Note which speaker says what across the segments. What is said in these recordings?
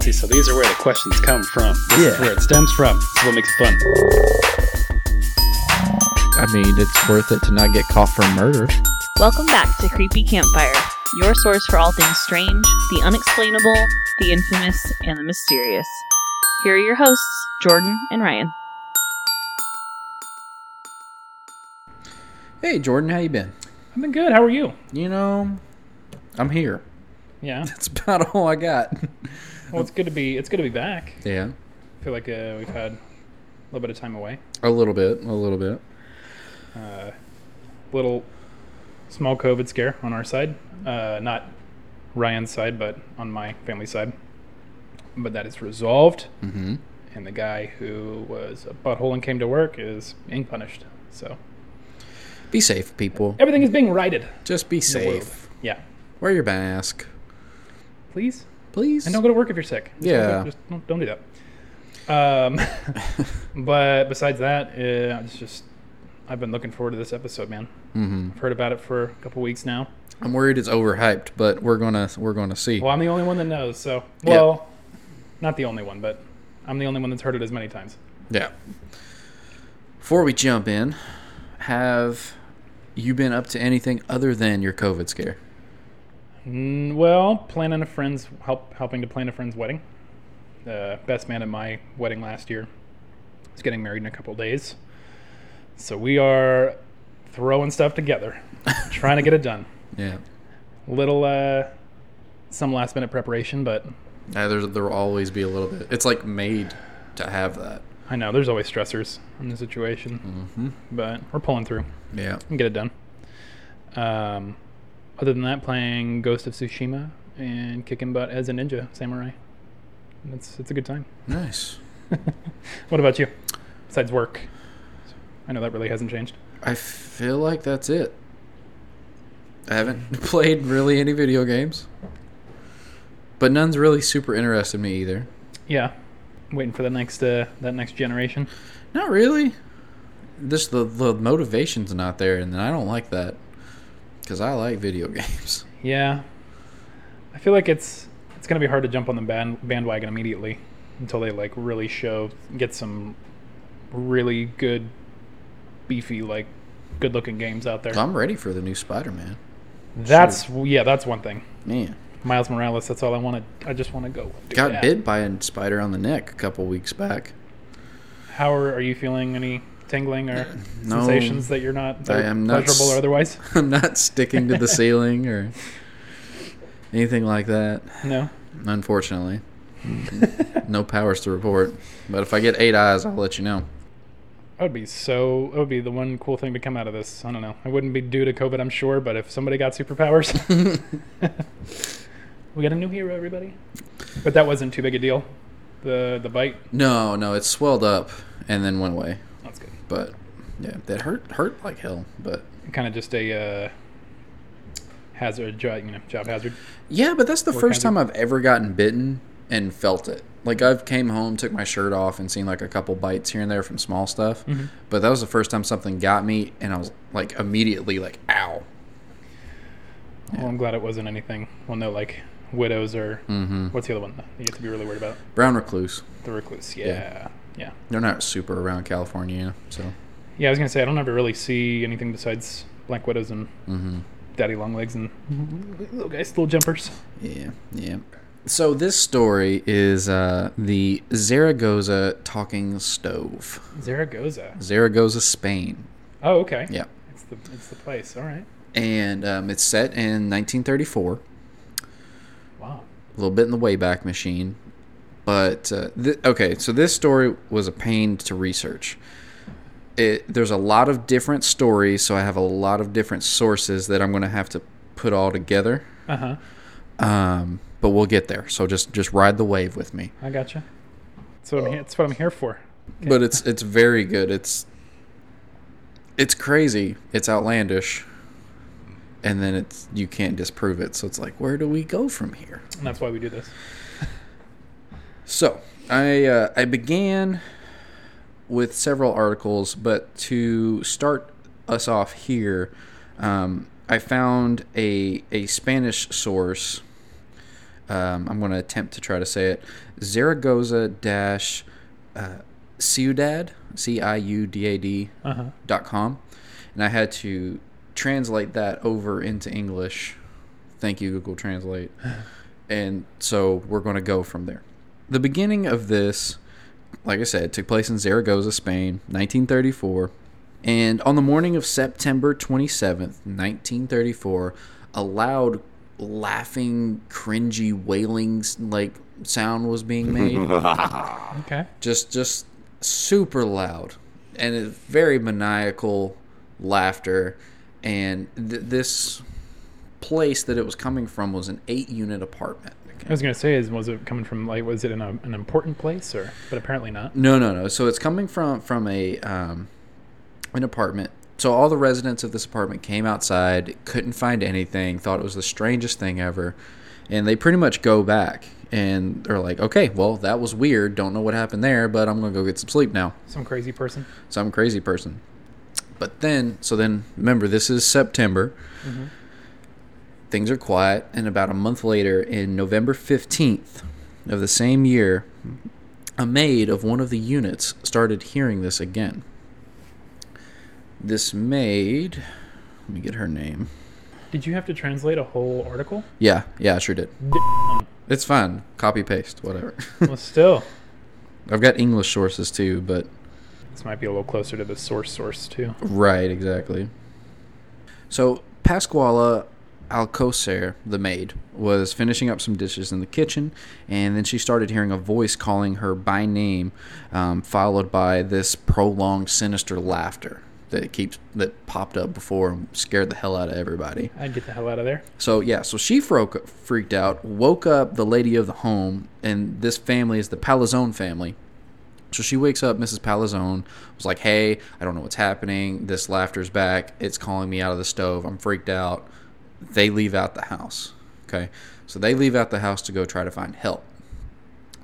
Speaker 1: these, so these are where the questions come from. This is
Speaker 2: Yeah.
Speaker 1: where it stems from. This is what makes it fun.
Speaker 3: I mean, it's worth it to not get caught for murder.
Speaker 4: Welcome back to Creepy Campfire, your source for all things strange, the unexplainable, the infamous, and the mysterious. Here are your hosts, Jordan and Ryan.
Speaker 3: Hey, Jordan, how you been?
Speaker 1: I've been good. How are you?
Speaker 3: You know, I'm here.
Speaker 1: Yeah.
Speaker 3: That's about all I got.
Speaker 1: Well, it's good to be. It's good to be back.
Speaker 3: Yeah,
Speaker 1: I feel like uh, we've had a little bit of time away.
Speaker 3: a little bit, a little bit.
Speaker 1: Uh, little small COVID scare on our side, uh, not Ryan's side, but on my family side. But that is resolved,
Speaker 3: Mm-hmm.
Speaker 1: and the guy who was a butthole and came to work is being punished. So
Speaker 3: Be safe, people.
Speaker 1: everything is being righted.
Speaker 3: Just be
Speaker 1: in the world.
Speaker 3: safe.
Speaker 1: Yeah.
Speaker 3: Wear your mask,
Speaker 1: Please.
Speaker 3: please.
Speaker 1: And don't go to work if you're sick. Just
Speaker 3: Yeah.
Speaker 1: Don't, go- just don't, don't do that. Um, but besides that, uh, it's just I've been looking forward to this episode, man.
Speaker 3: hmm
Speaker 1: I've heard about it for a couple weeks now.
Speaker 3: I'm worried it's overhyped, but we're gonna we're gonna see.
Speaker 1: Well, I'm the only one that knows. So,
Speaker 3: Yeah.
Speaker 1: well, not the only one, but I'm the only one that's heard it as many times.
Speaker 3: Yeah. Before we jump in, have you been up to anything other than your COVID scare?
Speaker 1: Mm, well, planning a friend's help helping to plan a friend's wedding. The best man at my wedding last year is getting married in a couple days, so we are throwing stuff together, trying to get it done.
Speaker 3: Yeah.
Speaker 1: Little uh, some last minute preparation, but
Speaker 3: Yeah, there's, there will always be a little bit. It's like made to have that.
Speaker 1: I know there's always stressors in the situation, but we're pulling through.
Speaker 3: Yeah.
Speaker 1: and get it done. Um, other than that, playing Ghost of Tsushima and kicking butt as a ninja samurai. And It's it's a good time.
Speaker 3: Nice.
Speaker 1: What about you? Besides work, I know that really hasn't changed.
Speaker 3: I feel like that's it. I haven't played really any video games, but none's really super interested me either.
Speaker 1: Yeah, waiting for the next uh, that next generation.
Speaker 3: Not really. This the the motivation's not there, and I don't like that because I like video games.
Speaker 1: Yeah, I feel like it's it's gonna be hard to jump on the band, bandwagon immediately until they like really show get some really good beefy like good looking games out there.
Speaker 3: I'm ready for the new Spider-Man.
Speaker 1: That's yeah, that's one thing.
Speaker 3: Man,
Speaker 1: Miles Morales. That's all I wanted. I just want to go. do
Speaker 3: got
Speaker 1: that.
Speaker 3: bit by a spider on the neck a couple weeks back.
Speaker 1: How are, are you feeling? Any tingling or sensations that you're not that
Speaker 3: I
Speaker 1: are
Speaker 3: am not
Speaker 1: pleasurable
Speaker 3: s-
Speaker 1: or otherwise?
Speaker 3: I'm not sticking to the ceiling or anything like that.
Speaker 1: No.
Speaker 3: Unfortunately, no powers to report. But if I get eight eyes, I'll let you know.
Speaker 1: That would be so. That would be the one cool thing to come out of this. I don't know. It wouldn't be due to COVID, I'm sure. But if somebody got superpowers, we got a new hero, everybody. But that wasn't too big a deal. The the bite.
Speaker 3: No, no, it swelled up and then went away.
Speaker 1: That's good.
Speaker 3: But yeah, that hurt hurt like hell. But
Speaker 1: Kind of just a uh, hazard, jo- you know, job hazard.
Speaker 3: yeah, but that's the first
Speaker 1: kind
Speaker 3: time I've ever gotten bitten and felt it. Like I've came home, took my shirt off, and seen like a couple bites here and there from small stuff. But that was the first time something got me, and I was like immediately like, "Ow!"
Speaker 1: Well, I'm glad it wasn't anything. Well, no, like widows or
Speaker 3: Mm-hmm.
Speaker 1: what's the other one that you have to be really worried about?
Speaker 3: Brown recluse.
Speaker 1: The recluse. Yeah.
Speaker 3: Yeah.
Speaker 1: yeah. Yeah.
Speaker 3: They're not super around California, so
Speaker 1: I was gonna say I don't ever really see anything besides black widows and
Speaker 3: mm-hmm.
Speaker 1: daddy long legs and little guys, little jumpers.
Speaker 3: Yeah, yeah. So this story is uh, the Zaragoza talking stove,
Speaker 1: Zaragoza.
Speaker 3: Zaragoza, Spain.
Speaker 1: Oh, okay.
Speaker 3: Yeah,
Speaker 1: It's the it's the place. All right.
Speaker 3: and um, it's set in 1934.
Speaker 1: Wow.
Speaker 3: a little bit in the Wayback Machine. But, uh, th- okay, so this story was a pain to research. It, there's a lot of different stories, so I have a lot of different sources that I'm going to have to put all together.
Speaker 1: Uh huh.
Speaker 3: Um, but we'll get there, so just just ride the wave with me.
Speaker 1: I gotcha. That's what I'm. he- That's what I'm here for.
Speaker 3: But it's it's very good. It's it's crazy. It's outlandish, and then it's you can't disprove it. So it's like, where do we go from here?
Speaker 1: And that's why we do this.
Speaker 3: So I uh, I began with several articles, but to start us off here, um, I found a a Spanish source Um, I'm going to attempt to try to say it. Zaragoza dash uh, Ciudad, C I U D A D
Speaker 1: Uh-huh.
Speaker 3: dot com, and I had to translate that over into English. Thank you, Google Translate. and so we're going to go from there. The beginning of this, like I said, took place in Zaragoza, Spain, 1934. And on the morning of September 27th, 1934, a loud, laughing, cringy, wailing like sound was being made
Speaker 1: Okay.
Speaker 3: just just super loud and it's very maniacal laughter and th- this place that it was coming from was an eight unit apartment
Speaker 1: I was gonna say, is was it coming from like was it in a, an important place or? But apparently not.
Speaker 3: no no no so it's coming from from a um, an apartment so all the residents of this apartment came outside couldn't find anything thought it was the strangest thing ever and they pretty much go back and they're like okay well that was weird don't know what happened there but i'm gonna go get some sleep now
Speaker 1: Some crazy person.
Speaker 3: some crazy person. But then, so then, remember, this is September. Things are quiet, and about a month later, in November 15th of the same year, a maid of one of the units started hearing this again. This maid, let me get her name.
Speaker 1: Did you have to translate a whole article?
Speaker 3: Yeah, yeah, I sure did. It's fine. Copy paste, whatever.
Speaker 1: Well, still,
Speaker 3: I've got English sources too, but
Speaker 1: this might be a little closer to the source source too.
Speaker 3: Right, exactly. So Pasquala Alcocer, the maid, was finishing up some dishes in the kitchen, and then she started hearing a voice calling her by name, um, followed by this prolonged, sinister laughter that keeps that popped up before and scared the hell out of everybody.
Speaker 1: I'd get the hell out of there.
Speaker 3: So yeah, so she froke, freaked out, woke up the lady of the home, and this family is the Palazone family. So she wakes up Mrs. Palazone, was like, "Hey, I don't know what's happening. This laughter's back. It's calling me out of the stove. I'm freaked out." They leave out the house. Okay, so they leave out the house to go try to find help.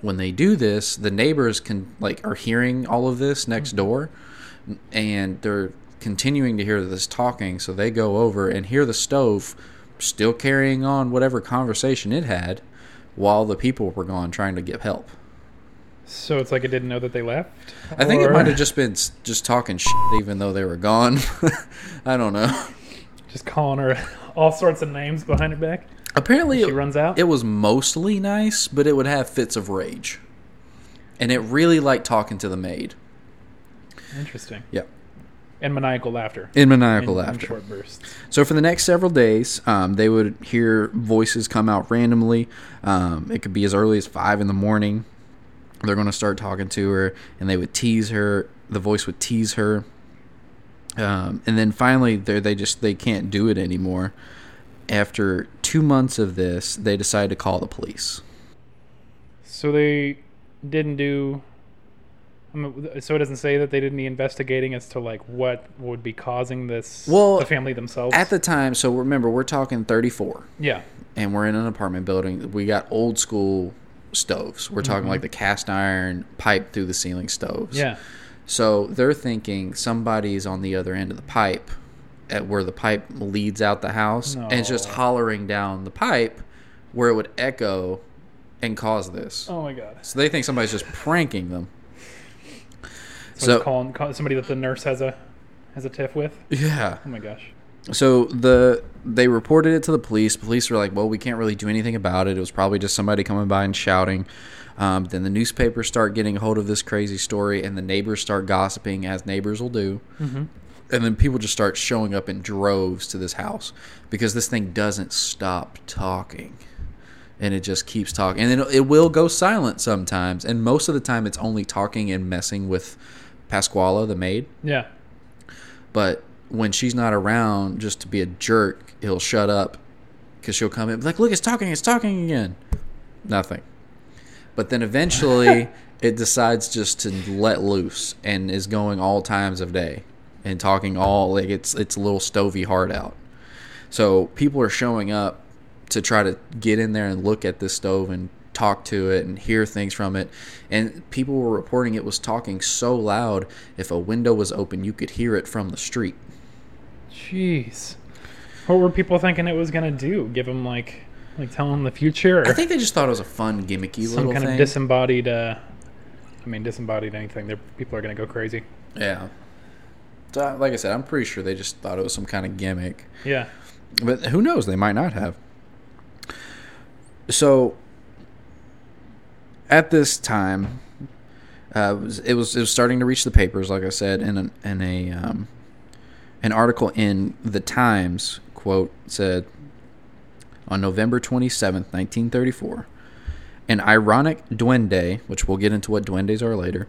Speaker 3: When they do this, the neighbors can like are hearing all of this next door, and they're continuing to hear this talking. So they go over and hear the stove still carrying on whatever conversation it had while the people were gone trying to get help.
Speaker 1: So it's like I didn't know that they left.
Speaker 3: I think
Speaker 1: Or
Speaker 3: it might have just been s- just talking shit, even though they were gone. I don't know.
Speaker 1: just calling her all sorts of names behind her back.
Speaker 3: Apparently,
Speaker 1: She
Speaker 3: it,
Speaker 1: runs out.
Speaker 3: it was mostly nice, but it would have fits of rage, and it really liked talking to the maid.
Speaker 1: Interesting.
Speaker 3: Yeah,
Speaker 1: And maniacal laughter.
Speaker 3: in maniacal
Speaker 1: In- in
Speaker 3: laughter.
Speaker 1: short bursts.
Speaker 3: So for the next several days, um, they would hear voices come out randomly. Um, it could be as early as five in the morning. They're going to start talking to her, and they would tease her. The voice would tease her, um, and then finally, they they just they can't do it anymore. After two months of this, they decide to call the police.
Speaker 1: So they didn't do. I mean, so it doesn't say that they didn't be investigating as to like what would be causing this.
Speaker 3: Well,
Speaker 1: the family themselves.
Speaker 3: At the time, so remember, we're talking thirty-four.
Speaker 1: yeah,
Speaker 3: and we're in an apartment building. We got old school stoves. We're talking like the cast iron pipe through the ceiling stoves.
Speaker 1: yeah.
Speaker 3: So they're thinking somebody's on the other end of the pipe at where the pipe leads out the house and is just
Speaker 1: No.
Speaker 3: hollering down the pipe where it would echo and cause this.
Speaker 1: Oh my god.
Speaker 3: So they think somebody's just pranking them.
Speaker 1: So,
Speaker 3: So-
Speaker 1: it's calling, call somebody that the nurse has a has a tiff with.
Speaker 3: Yeah.
Speaker 1: Oh my gosh.
Speaker 3: So the they reported it to the police. Police were like, "Well, we can't really do anything about it. It was probably just somebody coming by and shouting." Um, then the newspapers start getting a hold of this crazy story, and the neighbors start gossiping, as neighbors will do. And then people just start showing up in droves to this house because this thing doesn't stop talking, and it just keeps talking. And it, it will go silent sometimes, and most of the time, it's only talking and messing with Pasquala, the maid
Speaker 1: Yeah.
Speaker 3: but when she's not around just to be a jerk he'll shut up because she'll come in like look it's talking it's talking again nothing but then eventually it decides just to let loose and is going all times of day and talking all like it's it's a little stovey hard out so people are showing up to try to get in there and look at this stove and talk to it and hear things from it. And people were reporting it was talking so loud, if a window was open, you could hear it from the street.
Speaker 1: Jeez. What were people thinking it was gonna do? Give them like Like telling the future, or
Speaker 3: I think they just thought it was a fun, gimmicky
Speaker 1: some
Speaker 3: little
Speaker 1: kind
Speaker 3: thing.
Speaker 1: of disembodied. Uh, I mean, disembodied anything. They're, people are gonna go crazy.
Speaker 3: yeah. So, I- like I said, I'm pretty sure they just thought it was some kind of gimmick.
Speaker 1: Yeah.
Speaker 3: But who knows? They might not have. So, at this time, uh, it, was, it was it was starting to reach the papers. Like I said, in an in a um, an article in the Times quote said on November twenty seventh, nineteen thirty four, an ironic duende, which we'll get into what duendes are later.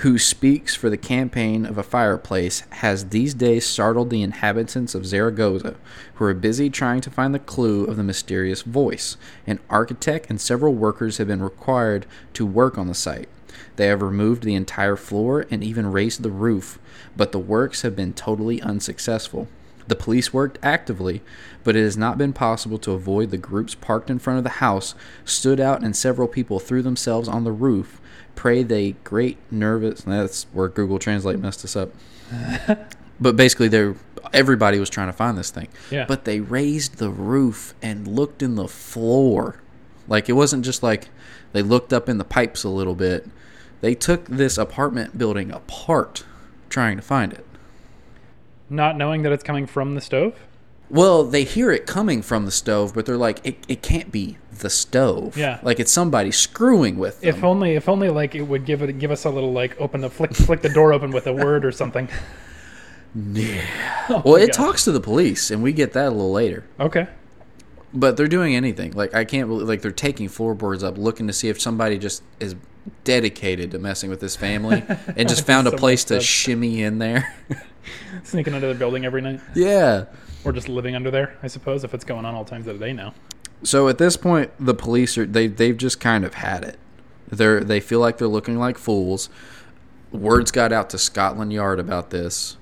Speaker 3: Who speaks for the campaign of a fireplace has these days startled the inhabitants of Zaragoza, who are busy trying to find the clue of the mysterious voice. An architect and several workers have been required to work on the site. They have removed the entire floor and even raised the roof, but the works have been totally unsuccessful. The police worked actively, but it has not been possible to avoid the groups parked in front of the house, stood out, and several people threw themselves on the roof. Pray they great nervous. That's where Google Translate messed us up. but basically, they everybody was trying to find this thing.
Speaker 1: Yeah.
Speaker 3: But they raised the roof and looked in the floor. Like it wasn't just like they looked up in the pipes a little bit. They took this apartment building apart trying to find it.
Speaker 1: Not knowing that it's coming from the stove.
Speaker 3: Well, they hear it coming from the stove, but they're like, it, it can't be the stove.
Speaker 1: Yeah.
Speaker 3: Like it's somebody screwing with them.
Speaker 1: If only, if only, like it would give it give us a little like open the flick flick the door open with a word or something.
Speaker 3: well, it
Speaker 1: Oh gosh.
Speaker 3: talks to the police, and we get that a little later.
Speaker 1: Okay.
Speaker 3: But they're doing anything. Like I can't believe, like they're taking floorboards up, looking to see if somebody just is dedicated to messing with this family, and just found a
Speaker 1: So
Speaker 3: place to
Speaker 1: messed up.
Speaker 3: shimmy in there.
Speaker 1: Sneaking under the building every night,
Speaker 3: yeah.
Speaker 1: or just living under there, I suppose, if it's going on all times of the day now.
Speaker 3: So at this point, the police are they they've just kind of had it. They're they feel like they're looking like fools. Words got out to Scotland Yard about this,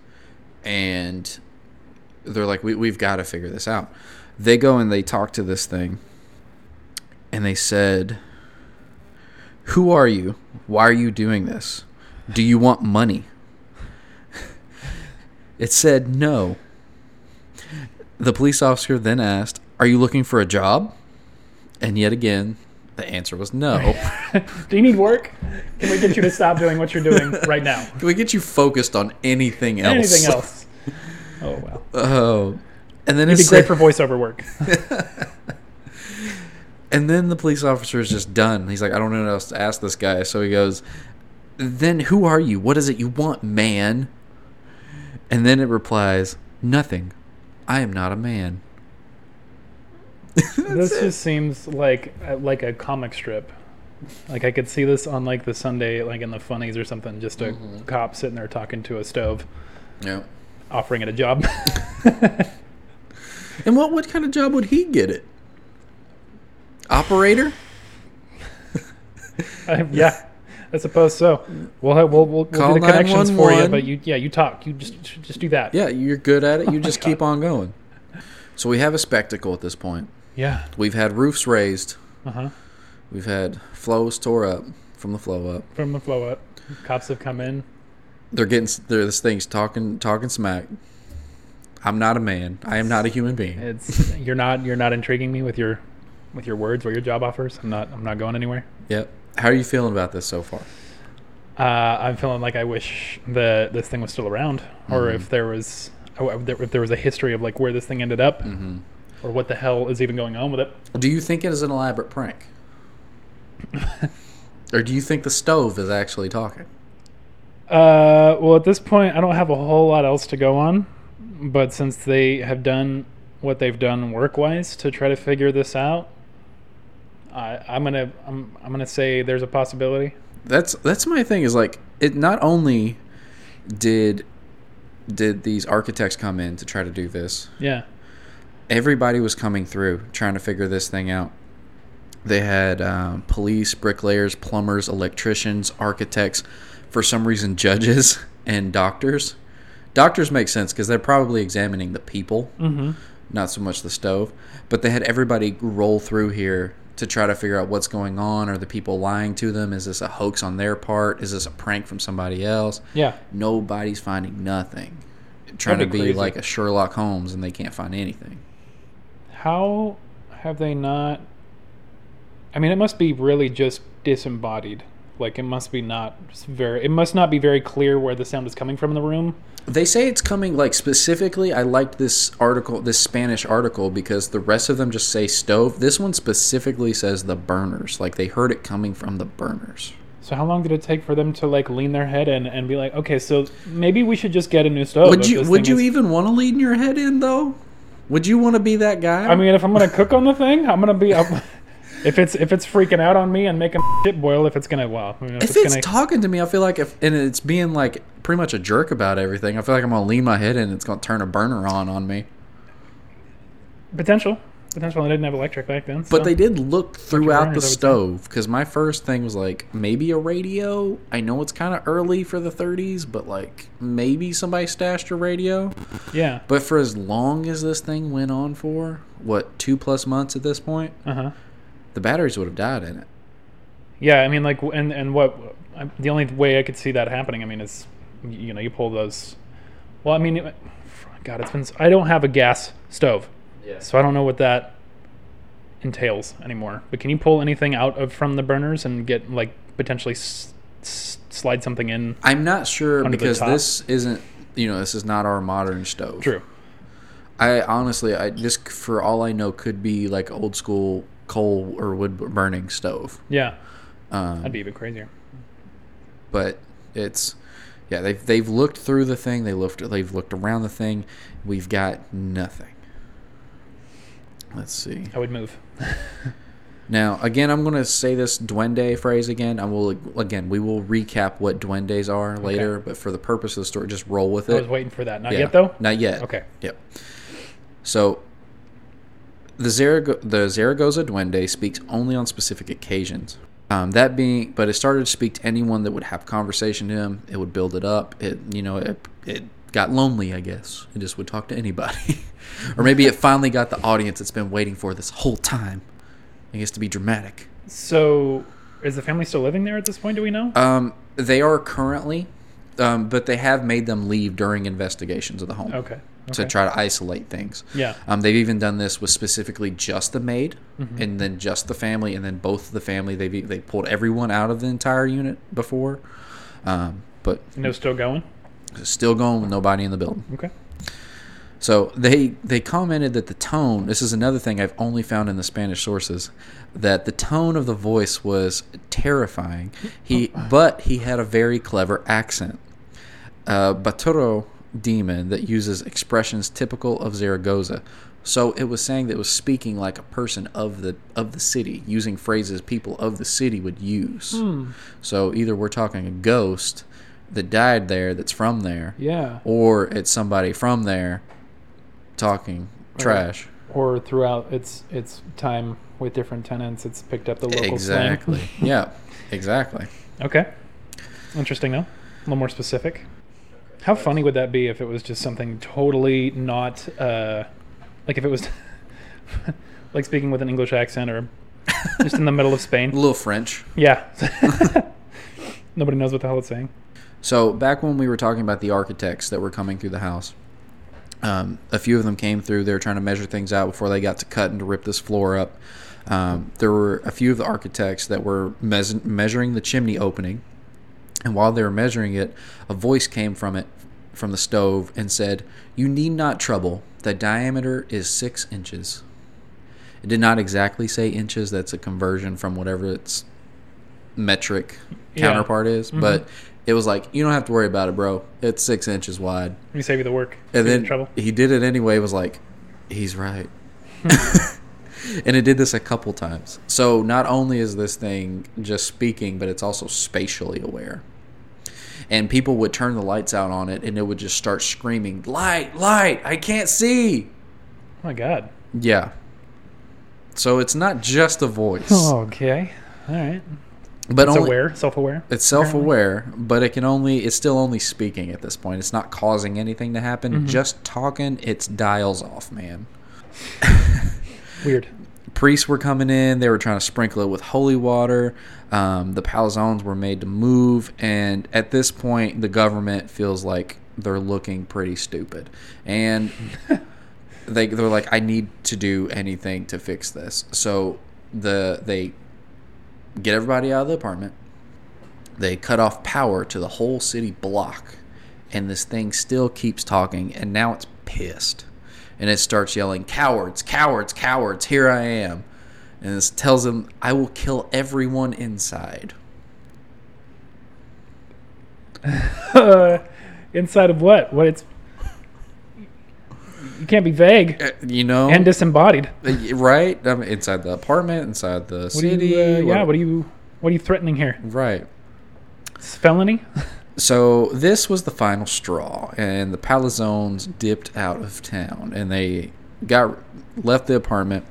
Speaker 3: and they're like, we we've got to figure this out. They go and they talk to this thing, and they said, "Who are you? Why are you doing this? Do you want money?" it said no. The police officer then asked, Are you looking for a job? And yet again, the answer was no.
Speaker 1: Do you need work? Can we get you to stop doing what you're doing right now?
Speaker 3: Can we get you focused on anything else?
Speaker 1: Anything else? Oh well,
Speaker 3: Oh. And then, it
Speaker 1: it'd be great
Speaker 3: said,
Speaker 1: for voiceover work.
Speaker 3: and then the police officer is just done. He's like, I don't know what else to ask this guy. So he goes, Then who are you? What is it you want, man? And then it replies, Nothing. I am not a man.
Speaker 1: this just seems like uh, like a comic strip. Like I could see this on like the Sunday, like in the funnies or something. Just a
Speaker 3: Mm-hmm.
Speaker 1: cop sitting there talking to a stove,
Speaker 3: Yeah.
Speaker 1: offering it a job.
Speaker 3: And what, what kind of job would he get it? Operator?
Speaker 1: I- yeah, I suppose so. We'll have, we'll we'll, we'll
Speaker 3: Call
Speaker 1: do the connections for you,
Speaker 3: 911.
Speaker 1: but you yeah you talk you just just do that.
Speaker 3: Yeah, you're good at it. You just
Speaker 1: God.
Speaker 3: keep on going. So we have a spectacle at this point.
Speaker 1: yeah.
Speaker 3: We've had roofs raised.
Speaker 1: Uh huh.
Speaker 3: We've had flows tore up from the flow up.
Speaker 1: From the flow up, cops have come in.
Speaker 3: They're getting they're, this thing's talking talking smack. I'm not a man. I am not a human being.
Speaker 1: It's you're not you're not intriguing me with your with your words or your job offers. I'm not I'm not going anywhere.
Speaker 3: Yep. How are you feeling about this so far?
Speaker 1: Uh, I'm feeling like I wish the this thing was still around, or if there was oh, uh, there- if there was a history of like where this thing ended up, or what the hell is even going on with it.
Speaker 3: Do you think it is an elaborate prank? or do you think the stove is actually talking?
Speaker 1: Uh, well, at this point, I don't have a whole lot else to go on, but since they have done what they've done work wise to try to figure this out, I, I'm gonna I'm, I'm gonna say there's a possibility.
Speaker 3: that's that's my thing is like it not only did did these architects come in to try to do this
Speaker 1: Yeah,
Speaker 3: everybody was coming through trying to figure this thing out they had um, police bricklayers plumbers electricians architects for some reason judges and doctors doctors make sense because they're probably examining the people
Speaker 1: Mm-hmm.
Speaker 3: not so much the stove but they had everybody roll through here to try to figure out what's going on are the people lying to them is this a hoax on their part is this a prank from somebody else
Speaker 1: yeah.
Speaker 3: nobody's finding nothing trying
Speaker 1: That'd be
Speaker 3: to be
Speaker 1: crazy.
Speaker 3: like a sherlock holmes and they can't find anything
Speaker 1: How Have they not? I mean, it must be really just disembodied. Like it must be not very. It must not be very clear where the sound is coming from in the room.
Speaker 3: They say it's coming like specifically. I liked this article, this Spanish article, because the rest of them just say stove. This one specifically says the burners. Like they heard it coming from the burners.
Speaker 1: So how long did it take for them to like lean their head in and be like, okay, so maybe we should just get a new stove?
Speaker 3: would
Speaker 1: if
Speaker 3: you
Speaker 1: Oh, this
Speaker 3: Would
Speaker 1: thing
Speaker 3: you
Speaker 1: is-
Speaker 3: even want to lean your head in though? Would you want to be that guy?
Speaker 1: I mean, if I'm gonna cook on the thing, I'm gonna be. I'm, if it's if it's freaking out on me and making shit boil, if it's gonna well, I mean,
Speaker 3: if it's
Speaker 1: gonna,
Speaker 3: talking to me, I feel like if and it's being like pretty much a jerk about everything. I feel like I'm gonna lean my head in. and It's gonna turn a burner on on me.
Speaker 1: potential, potential. I didn't have electric back then.
Speaker 3: But
Speaker 1: so.
Speaker 3: they did look
Speaker 1: burners, I
Speaker 3: throughout the
Speaker 1: would think.
Speaker 3: stove because my first thing was like maybe a radio. I know it's kind of early for the 30s, but like maybe somebody stashed a radio.
Speaker 1: yeah,
Speaker 3: But for as long as this thing went on for what two plus months at this point,
Speaker 1: uh huh.
Speaker 3: the batteries would have died in it.
Speaker 1: Yeah, I mean, like, w- and and what I- the only way I could see that happening, I mean, is you know, you pull those. Well, I mean, it- God, it's been. s- I don't have a gas stove, so I don't know what that entails anymore. But can you pull anything out of from the burners and get like potentially s- s- slide something in?
Speaker 3: I'm not sure
Speaker 1: Under the
Speaker 3: because
Speaker 1: top.
Speaker 3: this isn't you know this is not our modern stove.
Speaker 1: True.
Speaker 3: I honestly, I this for all I know could be like old school coal or wood burning stove.
Speaker 1: Yeah,
Speaker 3: Um,
Speaker 1: that'd be even crazier.
Speaker 3: but it's yeah they've they've looked through the thing they looked they've looked around the thing we've got nothing let's see
Speaker 1: I would move.
Speaker 3: now again i'm going to say this duende phrase again i will again we will recap what duendes are later but for the purpose of the story just roll with
Speaker 1: I
Speaker 3: it
Speaker 1: was waiting for that. Not
Speaker 3: Yeah.
Speaker 1: yet, though.
Speaker 3: not yet
Speaker 1: Okay.
Speaker 3: Yep. So the Zarago- the Zaragoza Duende speaks only on specific occasions. Um, that being, but it started to speak to anyone that would have conversation to him. It would build it up. It you know it it got lonely, I guess. It just would talk to anybody, or maybe it finally got the audience it's been waiting for this whole time. I guess to be dramatic.
Speaker 1: So, is the family still living there at this point? Do we know?
Speaker 3: Um, they are currently, um, but they have made them leave during investigations of the home.
Speaker 1: okay.
Speaker 3: to
Speaker 1: okay.
Speaker 3: try to isolate things.
Speaker 1: Yeah.
Speaker 3: Um, they've even done this with specifically just the maid,
Speaker 1: Mm-hmm.
Speaker 3: and then just the family, and then both the family. They've e- they pulled everyone out of the entire unit before, um, but
Speaker 1: No, still going.
Speaker 3: still going with nobody in the building.
Speaker 1: Okay.
Speaker 3: So they they commented that the tone. This is another thing I've only found in the Spanish sources that the tone of the voice was terrifying. He but he had a very clever accent. Uh, Baturo demon that uses expressions typical of Zaragoza. So it was saying that it was speaking like a person of the of the city, using phrases people of the city would use. So either we're talking a ghost that died there, that's from there,
Speaker 1: Yeah.
Speaker 3: or it's somebody from there talking trash.
Speaker 1: or throughout its its time with different tenants, it's picked up the local
Speaker 3: Exactly. yeah. Exactly.
Speaker 1: slang. Okay, interesting though. A little more specific. How funny would that be if it was just something totally not uh, like if it was like speaking with an English accent or just in the middle of
Speaker 3: A
Speaker 1: Spain?
Speaker 3: little French.
Speaker 1: Yeah, nobody knows what the hell it's saying.
Speaker 3: So back when we were talking about the architects that were coming through the house, um, a few of them came through. They were trying to measure things out before they got to cut and to rip this floor up. Um, there were a few of the architects that were mes- measuring the chimney opening, and while they were measuring it, a voice came from it from the stove and said, "You need not trouble. The diameter is six inches." It did not exactly say inches. That's a conversion from whatever its metric
Speaker 1: Yeah.
Speaker 3: counterpart is, but it was like, "You don't have to worry about it, bro. It's six inches wide."
Speaker 1: Let me save you the work. Save
Speaker 3: and
Speaker 1: you
Speaker 3: then
Speaker 1: the trouble.
Speaker 3: he did it anyway. Was like, he's right, and it did this a couple times. So not only is this thing just speaking, but it's also spatially aware. And people would turn the lights out on it, and it would just start screaming, "Light, light! I can't see!"
Speaker 1: Oh my god.
Speaker 3: Yeah. So it's not just a voice,
Speaker 1: Okay. All right.
Speaker 3: but
Speaker 1: Oh, It's
Speaker 3: only
Speaker 1: aware, self-aware.
Speaker 3: it's self-aware, but it can only it's still only speaking at this point. It's not causing anything to happen.
Speaker 1: Mm-hmm.
Speaker 3: Just talking, it's dials off, man.
Speaker 1: Weird.
Speaker 3: priests were coming in. They were trying to sprinkle it with holy water. Um, the palazones were made to move, and at this point, the government feels like they're looking pretty stupid. And they they're like, I need to do anything to fix this. So the they get everybody out of the apartment. They cut off power to the whole city block, and this thing still keeps talking. And now it's pissed, and it starts yelling, "Cowards! Cowards! Cowards! Here I am!" And this tells them, "I will kill everyone inside."
Speaker 1: Inside of what? What it's. You can't be vague
Speaker 3: Uh, You know,
Speaker 1: and disembodied.
Speaker 3: Uh, right? I mean, inside the apartment, inside the
Speaker 1: What
Speaker 3: city.
Speaker 1: Are you, uh, yeah.
Speaker 3: what-
Speaker 1: What are you? What are you threatening here?
Speaker 3: right.
Speaker 1: It's felony.
Speaker 3: So this was the final straw, and the Palazones dipped out of town, and they got left the apartment.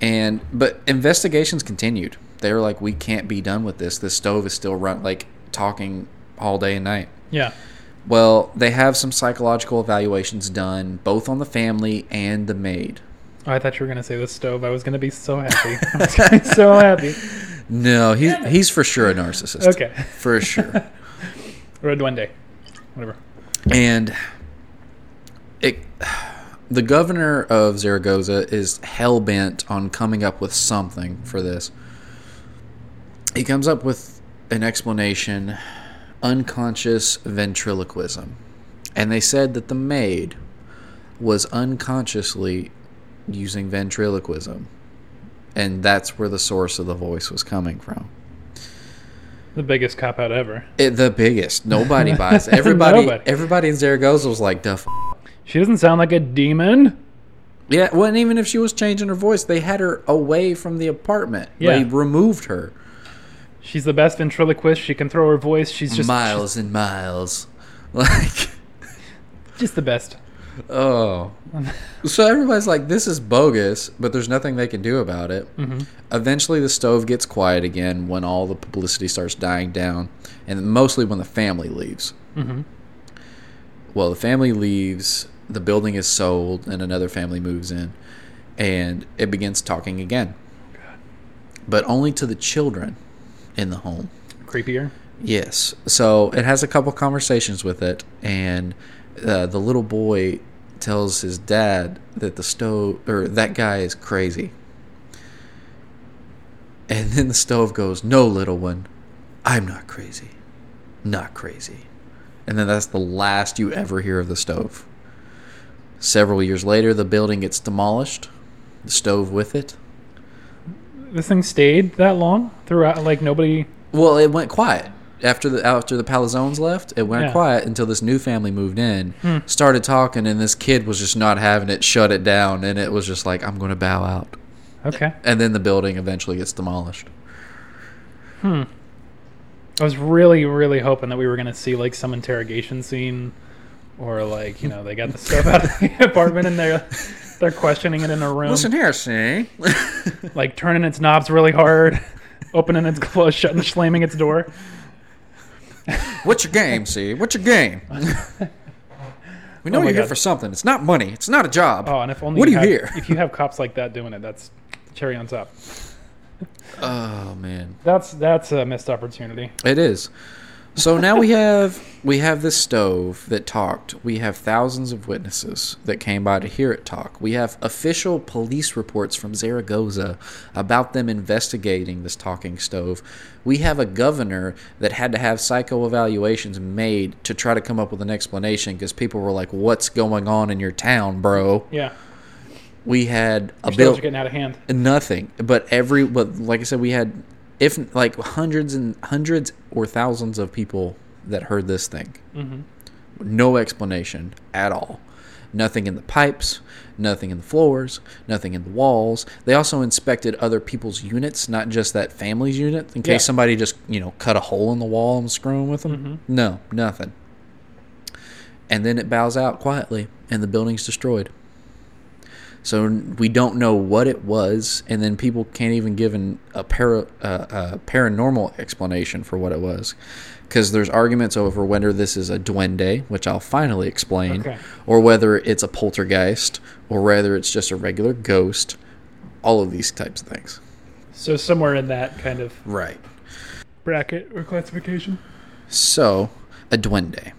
Speaker 3: And but investigations continued. They were like, "We can't be done with this. This stove is still run like talking all day and night."
Speaker 1: Yeah.
Speaker 3: Well, they have some psychological evaluations done, both on the family and the maid.
Speaker 1: Oh, I thought you were gonna say the stove. I was gonna be so happy. I was gonna be so happy.
Speaker 3: No, he's he's for sure a narcissist.
Speaker 1: Okay.
Speaker 3: for sure.
Speaker 1: Red one day. Whatever.
Speaker 3: and it the governor of Zaragoza is hell bent on coming up with something for this. He comes up with an explanation unconscious ventriloquism. And they said that the maid was unconsciously using ventriloquism. And that's where the source of the voice was coming from.
Speaker 1: The biggest cop out ever.
Speaker 3: It, the biggest. Nobody buys. it. Everybody,
Speaker 1: Nobody.
Speaker 3: everybody in Zaragoza was like, "Duff."
Speaker 1: She doesn't sound like a demon.
Speaker 3: Yeah, well, and even if she was changing her voice, they had her away from the apartment.
Speaker 1: Yeah.
Speaker 3: They removed her
Speaker 1: She's the best ventriloquist. She can throw her voice. She's just
Speaker 3: miles and miles. Like,
Speaker 1: just the best.
Speaker 3: oh. so everybody's like, this is bogus, but there's nothing they can do about it. Eventually, the stove gets quiet again when all the publicity starts dying down, and mostly when the family leaves. Well, the family leaves, the building is sold, and another family moves in, and it begins talking again. But only to the children in the home.
Speaker 1: Creepier.
Speaker 3: Yes. So it has a couple conversations with it, and uh, the little boy tells his dad that the stove or that guy is crazy. And then the stove goes, "No, little one, I'm not crazy, not crazy." And then that's the last you ever hear of the stove. Several years later, the building gets demolished, the stove with it.
Speaker 1: This thing stayed that long throughout. Like nobody.
Speaker 3: Well, it went quiet after the after the Palazones left. It went
Speaker 1: Yeah. Hmm.
Speaker 3: quiet until this new family moved in, started talking, and this kid was just not having it. Shut it down, and it was just like, "I'm going to bow out."
Speaker 1: Okay.
Speaker 3: And then the building eventually gets demolished.
Speaker 1: I was really, really hoping that we were gonna see like some interrogation scene, or like you know they got the stuff out of the apartment and they're they're questioning it in a room,
Speaker 3: here, see.
Speaker 1: like turning its knobs really hard, opening its closed, shutting, slamming its door.
Speaker 3: What's your game, see? What's your game? We know
Speaker 1: Oh my
Speaker 3: you're here
Speaker 1: God.
Speaker 3: for something. It's not money. It's not a job.
Speaker 1: Oh, and if only
Speaker 3: What
Speaker 1: you
Speaker 3: do you
Speaker 1: have-
Speaker 3: hear?
Speaker 1: If you have cops like that doing it, that's cherry on top.
Speaker 3: oh man.
Speaker 1: That's that's a missed opportunity.
Speaker 3: It is. So now we have we have this stove that talked. We have thousands of witnesses that came by to hear it talk. We have official police reports from Zaragoza about them investigating this talking stove. We have a governor that had to have psycho evaluations made to try to come up with an explanation because people were like, "What's going on in your town, bro?"
Speaker 1: Yeah,
Speaker 3: We had a
Speaker 1: bills
Speaker 3: bill
Speaker 1: are getting out of hand.
Speaker 3: nothing but every but like i said we had if like hundreds and hundreds or thousands of people that heard this thing no explanation at all nothing in the pipes nothing in the floors nothing in the walls they also inspected other people's units not just that family's unit in case
Speaker 1: Yeah.
Speaker 3: somebody just you know cut a hole in the wall and was screwing with them no nothing and then it bows out quietly and the building's destroyed so n- we don't know what it was, and then people can't even give an, a, para, uh, a paranormal explanation for what it was, because there's arguments over whether this is a duende, which I'll finally explain,
Speaker 1: Okay.
Speaker 3: or whether it's a poltergeist, or whether it's just a regular ghost. All of these types of things.
Speaker 1: So somewhere in that kind of
Speaker 3: Right.
Speaker 1: bracket or classification.
Speaker 3: So, a duende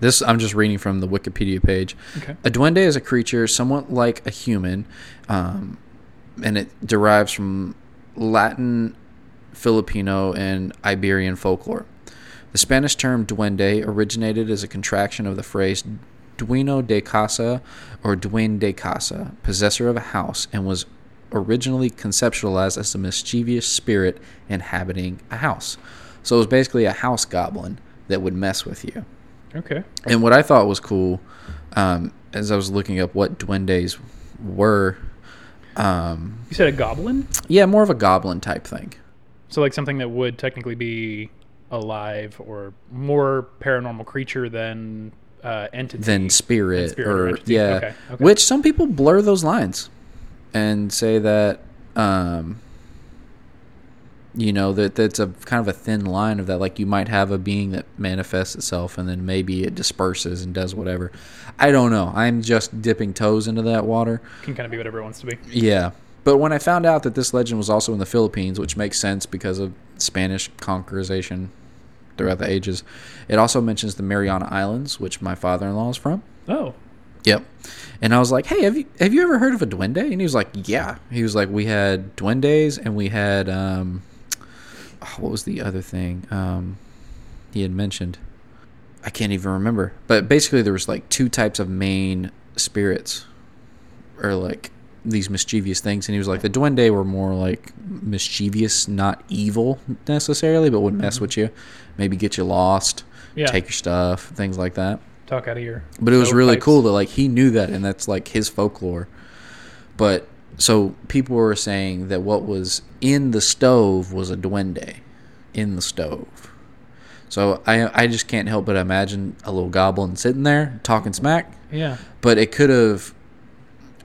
Speaker 3: This I'm just reading from the Wikipedia page.
Speaker 1: Okay.
Speaker 3: A duende is a creature somewhat like a human, um, and it derives from Latin, Filipino, and Iberian folklore. The Spanish term duende originated as a contraction of the phrase duino de casa or duende de casa, possessor of a house, and was originally conceptualized as a mischievous spirit inhabiting a house. So it was basically a house goblin that would mess with you.
Speaker 1: Okay.
Speaker 3: And what I thought was cool, um, as I was looking up what duendes were, um,
Speaker 1: You said a goblin?
Speaker 3: yeah, more of a goblin type thing.
Speaker 1: So like something that would technically be alive or more paranormal creature than uh, entity.
Speaker 3: than spirit,
Speaker 1: spirit
Speaker 3: or,
Speaker 1: or entity.
Speaker 3: yeah
Speaker 1: Okay, okay.
Speaker 3: which some people blur those lines and say that um you know that that's a kind of a thin line of that like you might have a being that manifests itself and then maybe it disperses and does whatever i don't know i'm just dipping toes into that water
Speaker 1: can kind of be whatever it wants to be.
Speaker 3: yeah but when i found out that this legend was also in the philippines which makes sense because of spanish conquerization throughout the ages it also mentions the mariana islands which my father-in-law is from
Speaker 1: Oh.
Speaker 3: Yep. And I was like, "Hey, have you have you ever heard of a duende?" And he was like, "Yeah." He was like, "We had duendes, and we had um, oh, what was the other thing um, he had mentioned? I can't even remember. But basically, there was like two types of main spirits, or like these mischievous things. And he was like, the duende were more like mischievous, not evil necessarily, but would mess with you, maybe get you lost,
Speaker 1: Yeah.
Speaker 3: take your stuff, things like that."
Speaker 1: Talk out of your
Speaker 3: But it was really
Speaker 1: Stovepipes.
Speaker 3: cool that like he knew that and that's like his folklore. But so people were saying that what was in the stove was a duende in the stove. So I I just can't help but imagine a little goblin sitting there talking smack,
Speaker 1: Yeah.
Speaker 3: but it could have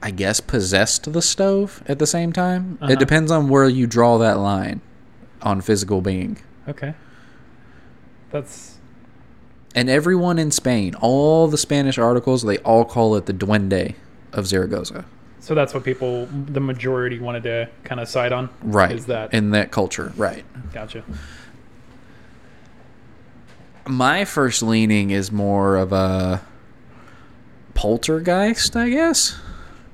Speaker 3: I guess possessed the stove at the same time.
Speaker 1: Uh-huh.
Speaker 3: It depends on where you draw that line on physical being.
Speaker 1: Okay. That's
Speaker 3: And everyone in Spain, all the Spanish articles, they all call it the Duende of Zaragoza.
Speaker 1: so that's what people the majority wanted to kind of side on.
Speaker 3: Right.
Speaker 1: Is that
Speaker 3: in that culture. Right.
Speaker 1: gotcha.
Speaker 3: My first leaning is more of a poltergeist, I guess.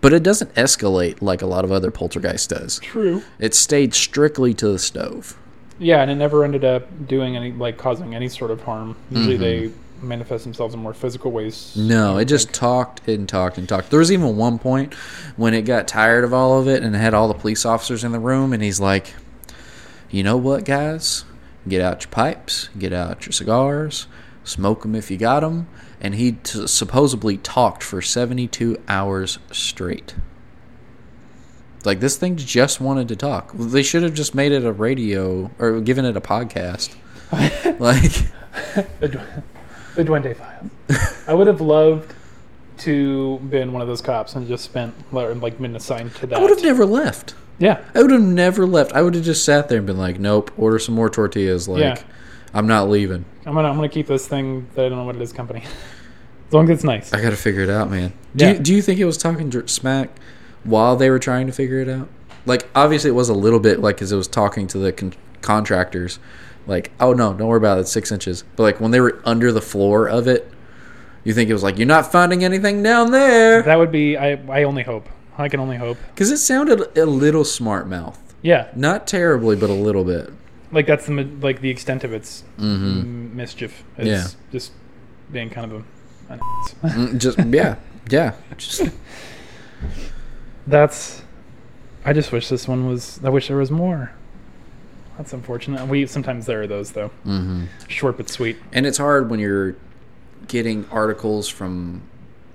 Speaker 3: But it doesn't escalate like a lot of other poltergeist does.
Speaker 1: True.
Speaker 3: It stayed strictly to the stove.
Speaker 1: Yeah, and it never ended up doing any like causing any sort of harm. Usually
Speaker 3: Mm-hmm.
Speaker 1: they manifest themselves in more physical ways.
Speaker 3: No, it just talked and talked and talked. There was even one point when it got tired of all of it and had all the police officers in the room, and he's like, "You know what, guys? Get out your pipes, get out your cigars, smoke them if you got them." And he t- supposedly talked for seventy-two hours straight. Like this thing just wanted to talk. They should have just made it a radio or given it a podcast. like,
Speaker 1: The, du- the Duende Files. I would have loved to been one of those cops and just spent like been assigned to that.
Speaker 3: I would have never left.
Speaker 1: yeah,
Speaker 3: I would have never left. I would have just sat there and been like, "Nope, order some more tortillas." Like,
Speaker 1: Yeah.
Speaker 3: I'm not leaving.
Speaker 1: I'm gonna I'm gonna keep this thing that I don't know what it is company. as long as it's nice.
Speaker 3: I got to figure it out, man. Do
Speaker 1: Yeah.
Speaker 3: you, Do you think it was talking dr- smack while they were trying to figure it out? Like, obviously, it was a little bit like as it was talking to the con- contractors, like, "Oh no, don't worry about it. It's six inches." But like when they were under the floor of it, you think it was like, "You're not finding anything down there,"
Speaker 1: That would be I I only hope. I can only hope.
Speaker 3: because it sounded a little smart mouth,
Speaker 1: Yeah,
Speaker 3: not terribly, but a little bit.
Speaker 1: like that's the mi- like the extent of its m- mischief. It's
Speaker 3: Mm-hmm. Yeah.
Speaker 1: just being kind of a. An ass.
Speaker 3: Mm, Just yeah, yeah. Just
Speaker 1: That's. I just wish this one was. I wish there was more. That's unfortunate. We sometimes there are those though. Mm-hmm. Short but sweet.
Speaker 3: And it's hard when you're getting articles from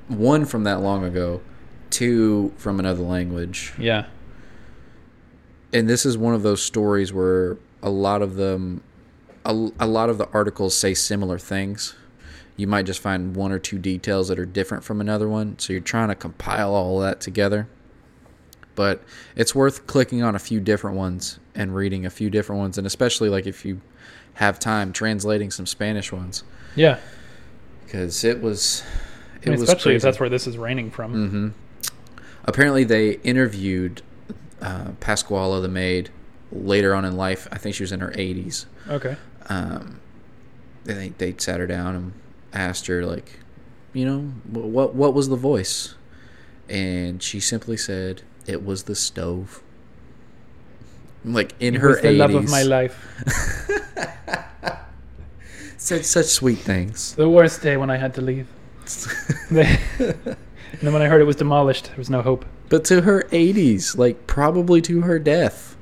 Speaker 3: one from that long ago, two from another language.
Speaker 1: Yeah.
Speaker 3: And this is one of those stories where a lot of them, a, a lot of the articles say similar things. You might just find one or two details that are different from another one. So you're trying to compile all that together. But it's worth clicking on a few different ones and reading a few different ones. And especially like if you have time translating some Spanish ones
Speaker 1: Yeah.
Speaker 3: because it was it
Speaker 1: I mean,
Speaker 3: was
Speaker 1: especially if
Speaker 3: crazy. Mm-hmm.
Speaker 1: that's where this is raining from.
Speaker 3: apparently they interviewed uh, pasquala the maid later on in life i think she was in her 80s
Speaker 1: Okay.
Speaker 3: um, they, they sat her down and asked her like, you know, wh- what what was the voice? And she simply said, "It was the stove." Like in
Speaker 1: It
Speaker 3: her
Speaker 1: was the love of
Speaker 3: 80s.
Speaker 1: my life.
Speaker 3: Said such sweet things.
Speaker 1: The worst day when I had to leave. and then when I heard it was demolished, there was no hope.
Speaker 3: But to her 80s, like probably to her death,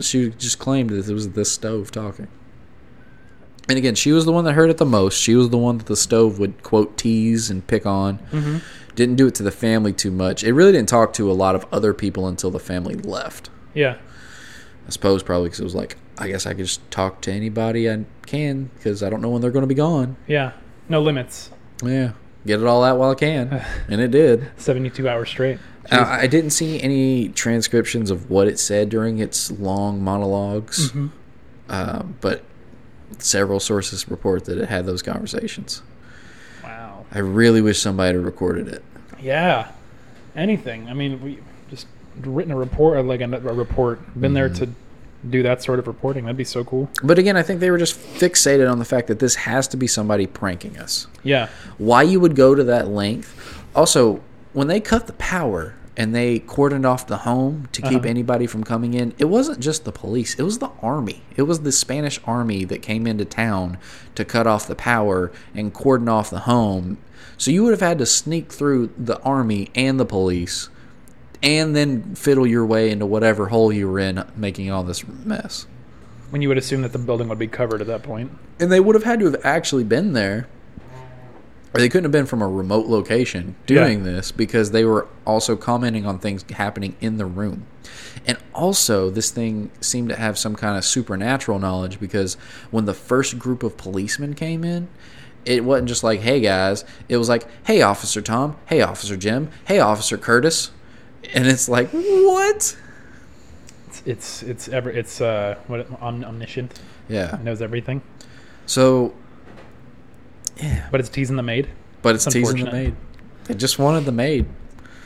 Speaker 3: she just claimed that it was the stove talking. And again, she was the one that heard it the most. She was the one that the stove would quote tease and pick on. Mm-hmm. Didn't do it to the family too much. It really didn't talk to a lot of other people until the family left.
Speaker 1: Yeah.
Speaker 3: I suppose probably because it was like, I guess I could just talk to anybody I can because I don't know when they're going to be gone.
Speaker 1: Yeah. No limits.
Speaker 3: Yeah, get it all out while I can, and it did.
Speaker 1: 72 hours straight.
Speaker 3: Uh, I didn't see any transcriptions of what it said during its long monologs uh, but several sources report that it had those conversations.
Speaker 1: Wow.
Speaker 3: I really wish somebody had recorded it.
Speaker 1: Yeah. Anything. I mean, we just written a report, or like a, a report, been there to
Speaker 3: Mm-hmm.
Speaker 1: do that sort of reporting. That'd be so cool.
Speaker 3: But again, I think they were just fixated on the fact that this has to be somebody pranking us.
Speaker 1: Yeah.
Speaker 3: Why you would go to that length? Also, when they cut the power and they cordoned off the home to keep anybody from coming in, it wasn't just the police, it was the army. It was the Spanish army that came into town to cut off the power and cordon off the home. So you would have had to sneak through the army and the police and then fiddle your way into whatever hole you were in making all this mess.
Speaker 1: When you would assume that the building would be covered at that point.
Speaker 3: And they would have had to have actually been there. Or they couldn't have been from a remote location doing this because they were also commenting on things happening in the room. And also, this thing seemed to have some kind of supernatural knowledge because when the first group of policemen came in, it wasn't just like, hey guys, it was like, hey, Officer Tom, hey, Officer Jim, hey, Officer Curtis. And it's like, what?
Speaker 1: It's it's it's ever it's uh what om- omniscient
Speaker 3: Yeah.
Speaker 1: It knows everything,
Speaker 3: So,
Speaker 1: but it's teasing the maid.
Speaker 3: but it's teasing the
Speaker 1: unfortunate.
Speaker 3: maid. They just wanted the maid.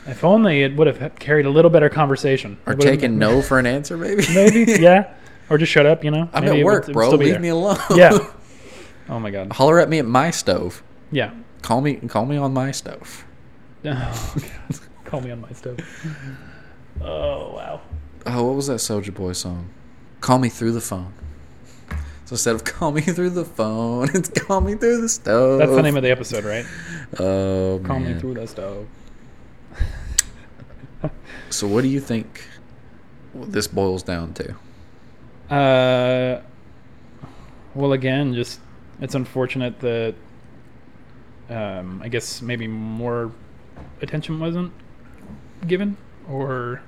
Speaker 1: If only it would have carried a little better conversation.
Speaker 3: Or
Speaker 1: It would have-
Speaker 3: taking no for an answer, maybe.
Speaker 1: maybe yeah, or just shut up. You know,
Speaker 3: I'm
Speaker 1: Maybe
Speaker 3: at
Speaker 1: it would-
Speaker 3: work,
Speaker 1: it would
Speaker 3: bro.
Speaker 1: still be
Speaker 3: Leave
Speaker 1: there.
Speaker 3: me alone.
Speaker 1: Yeah. Oh my god.
Speaker 3: Holler at me at my stove.
Speaker 1: Yeah.
Speaker 3: Call me. Call me on my stove.
Speaker 1: Oh, God. Call me on my stove. Oh wow.
Speaker 3: Oh, what was that Soldier Boy song? Call me through the phone. So instead of call me through the phone, it's call me through the stove.
Speaker 1: That's the name of the episode, right?
Speaker 3: Oh
Speaker 1: Call me
Speaker 3: man.
Speaker 1: through the stove.
Speaker 3: So what do you think this boils down to?
Speaker 1: Uh, well, again, just it's unfortunate that um, I guess maybe more attention wasn't given, or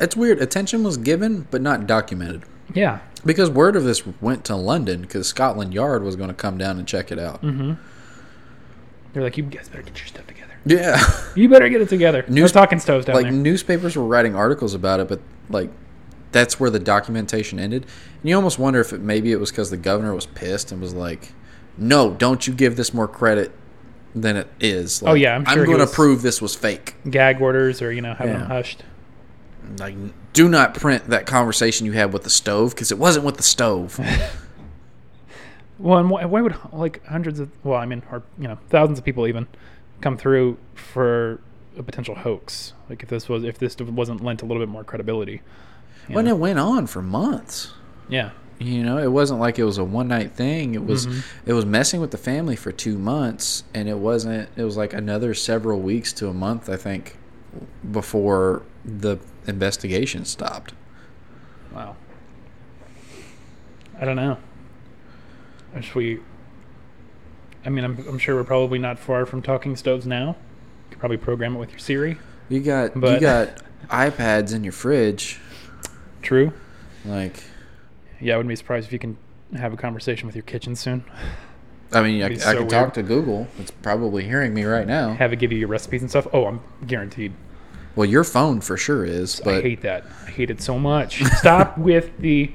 Speaker 3: It's weird. Attention was given, but not documented.
Speaker 1: yeah,
Speaker 3: Because word of this went to London because Scotland Yard was going to come down and check it out.
Speaker 1: Mm-hmm. they're like, you guys better get your stuff together.
Speaker 3: Yeah.
Speaker 1: You better get it together.
Speaker 3: News-
Speaker 1: News talking stoves down
Speaker 3: like
Speaker 1: there.
Speaker 3: newspapers were writing articles about it, but like that's where the documentation ended. And you almost wonder if it, maybe it was because the governor was pissed and was like, "No, don't you give this more credit than it is." Like,
Speaker 1: Oh, yeah, I'm sure he
Speaker 3: going to
Speaker 1: was-
Speaker 3: prove this was fake.
Speaker 1: Gag orders, or you know, having
Speaker 3: Yeah.
Speaker 1: them hushed.
Speaker 3: Like, do not print that conversation you had with the stove because it wasn't with the stove.
Speaker 1: Well, and why, why would like hundreds of well, I mean, or you know, thousands of people even come through for a potential hoax? Like if this was if this wasn't lent a little bit more credibility.
Speaker 3: When it went on for months.
Speaker 1: Yeah.
Speaker 3: You know, it wasn't like it was a one night thing. It was
Speaker 1: Mm-hmm.
Speaker 3: it was messing with the family for two months, and it wasn't. It was like another several weeks to a month, I think, before the investigation stopped.
Speaker 1: Wow. I don't know. I wish we. I mean, I'm, I'm sure we're probably not far from talking stoves now. You could probably program it with your Siri.
Speaker 3: You got you
Speaker 1: But-
Speaker 3: got iPads in your fridge,
Speaker 1: True.
Speaker 3: like.
Speaker 1: Yeah, I wouldn't be surprised if you can have a conversation with your kitchen soon.
Speaker 3: I mean, I,
Speaker 1: Be
Speaker 3: I
Speaker 1: so
Speaker 3: could talk to Google. It's probably hearing me right now.
Speaker 1: Have it give you your recipes and stuff. Oh, I'm guaranteed.
Speaker 3: Well, your phone for sure is,
Speaker 1: I
Speaker 3: but
Speaker 1: hate that. I hate it so much. Stop with the,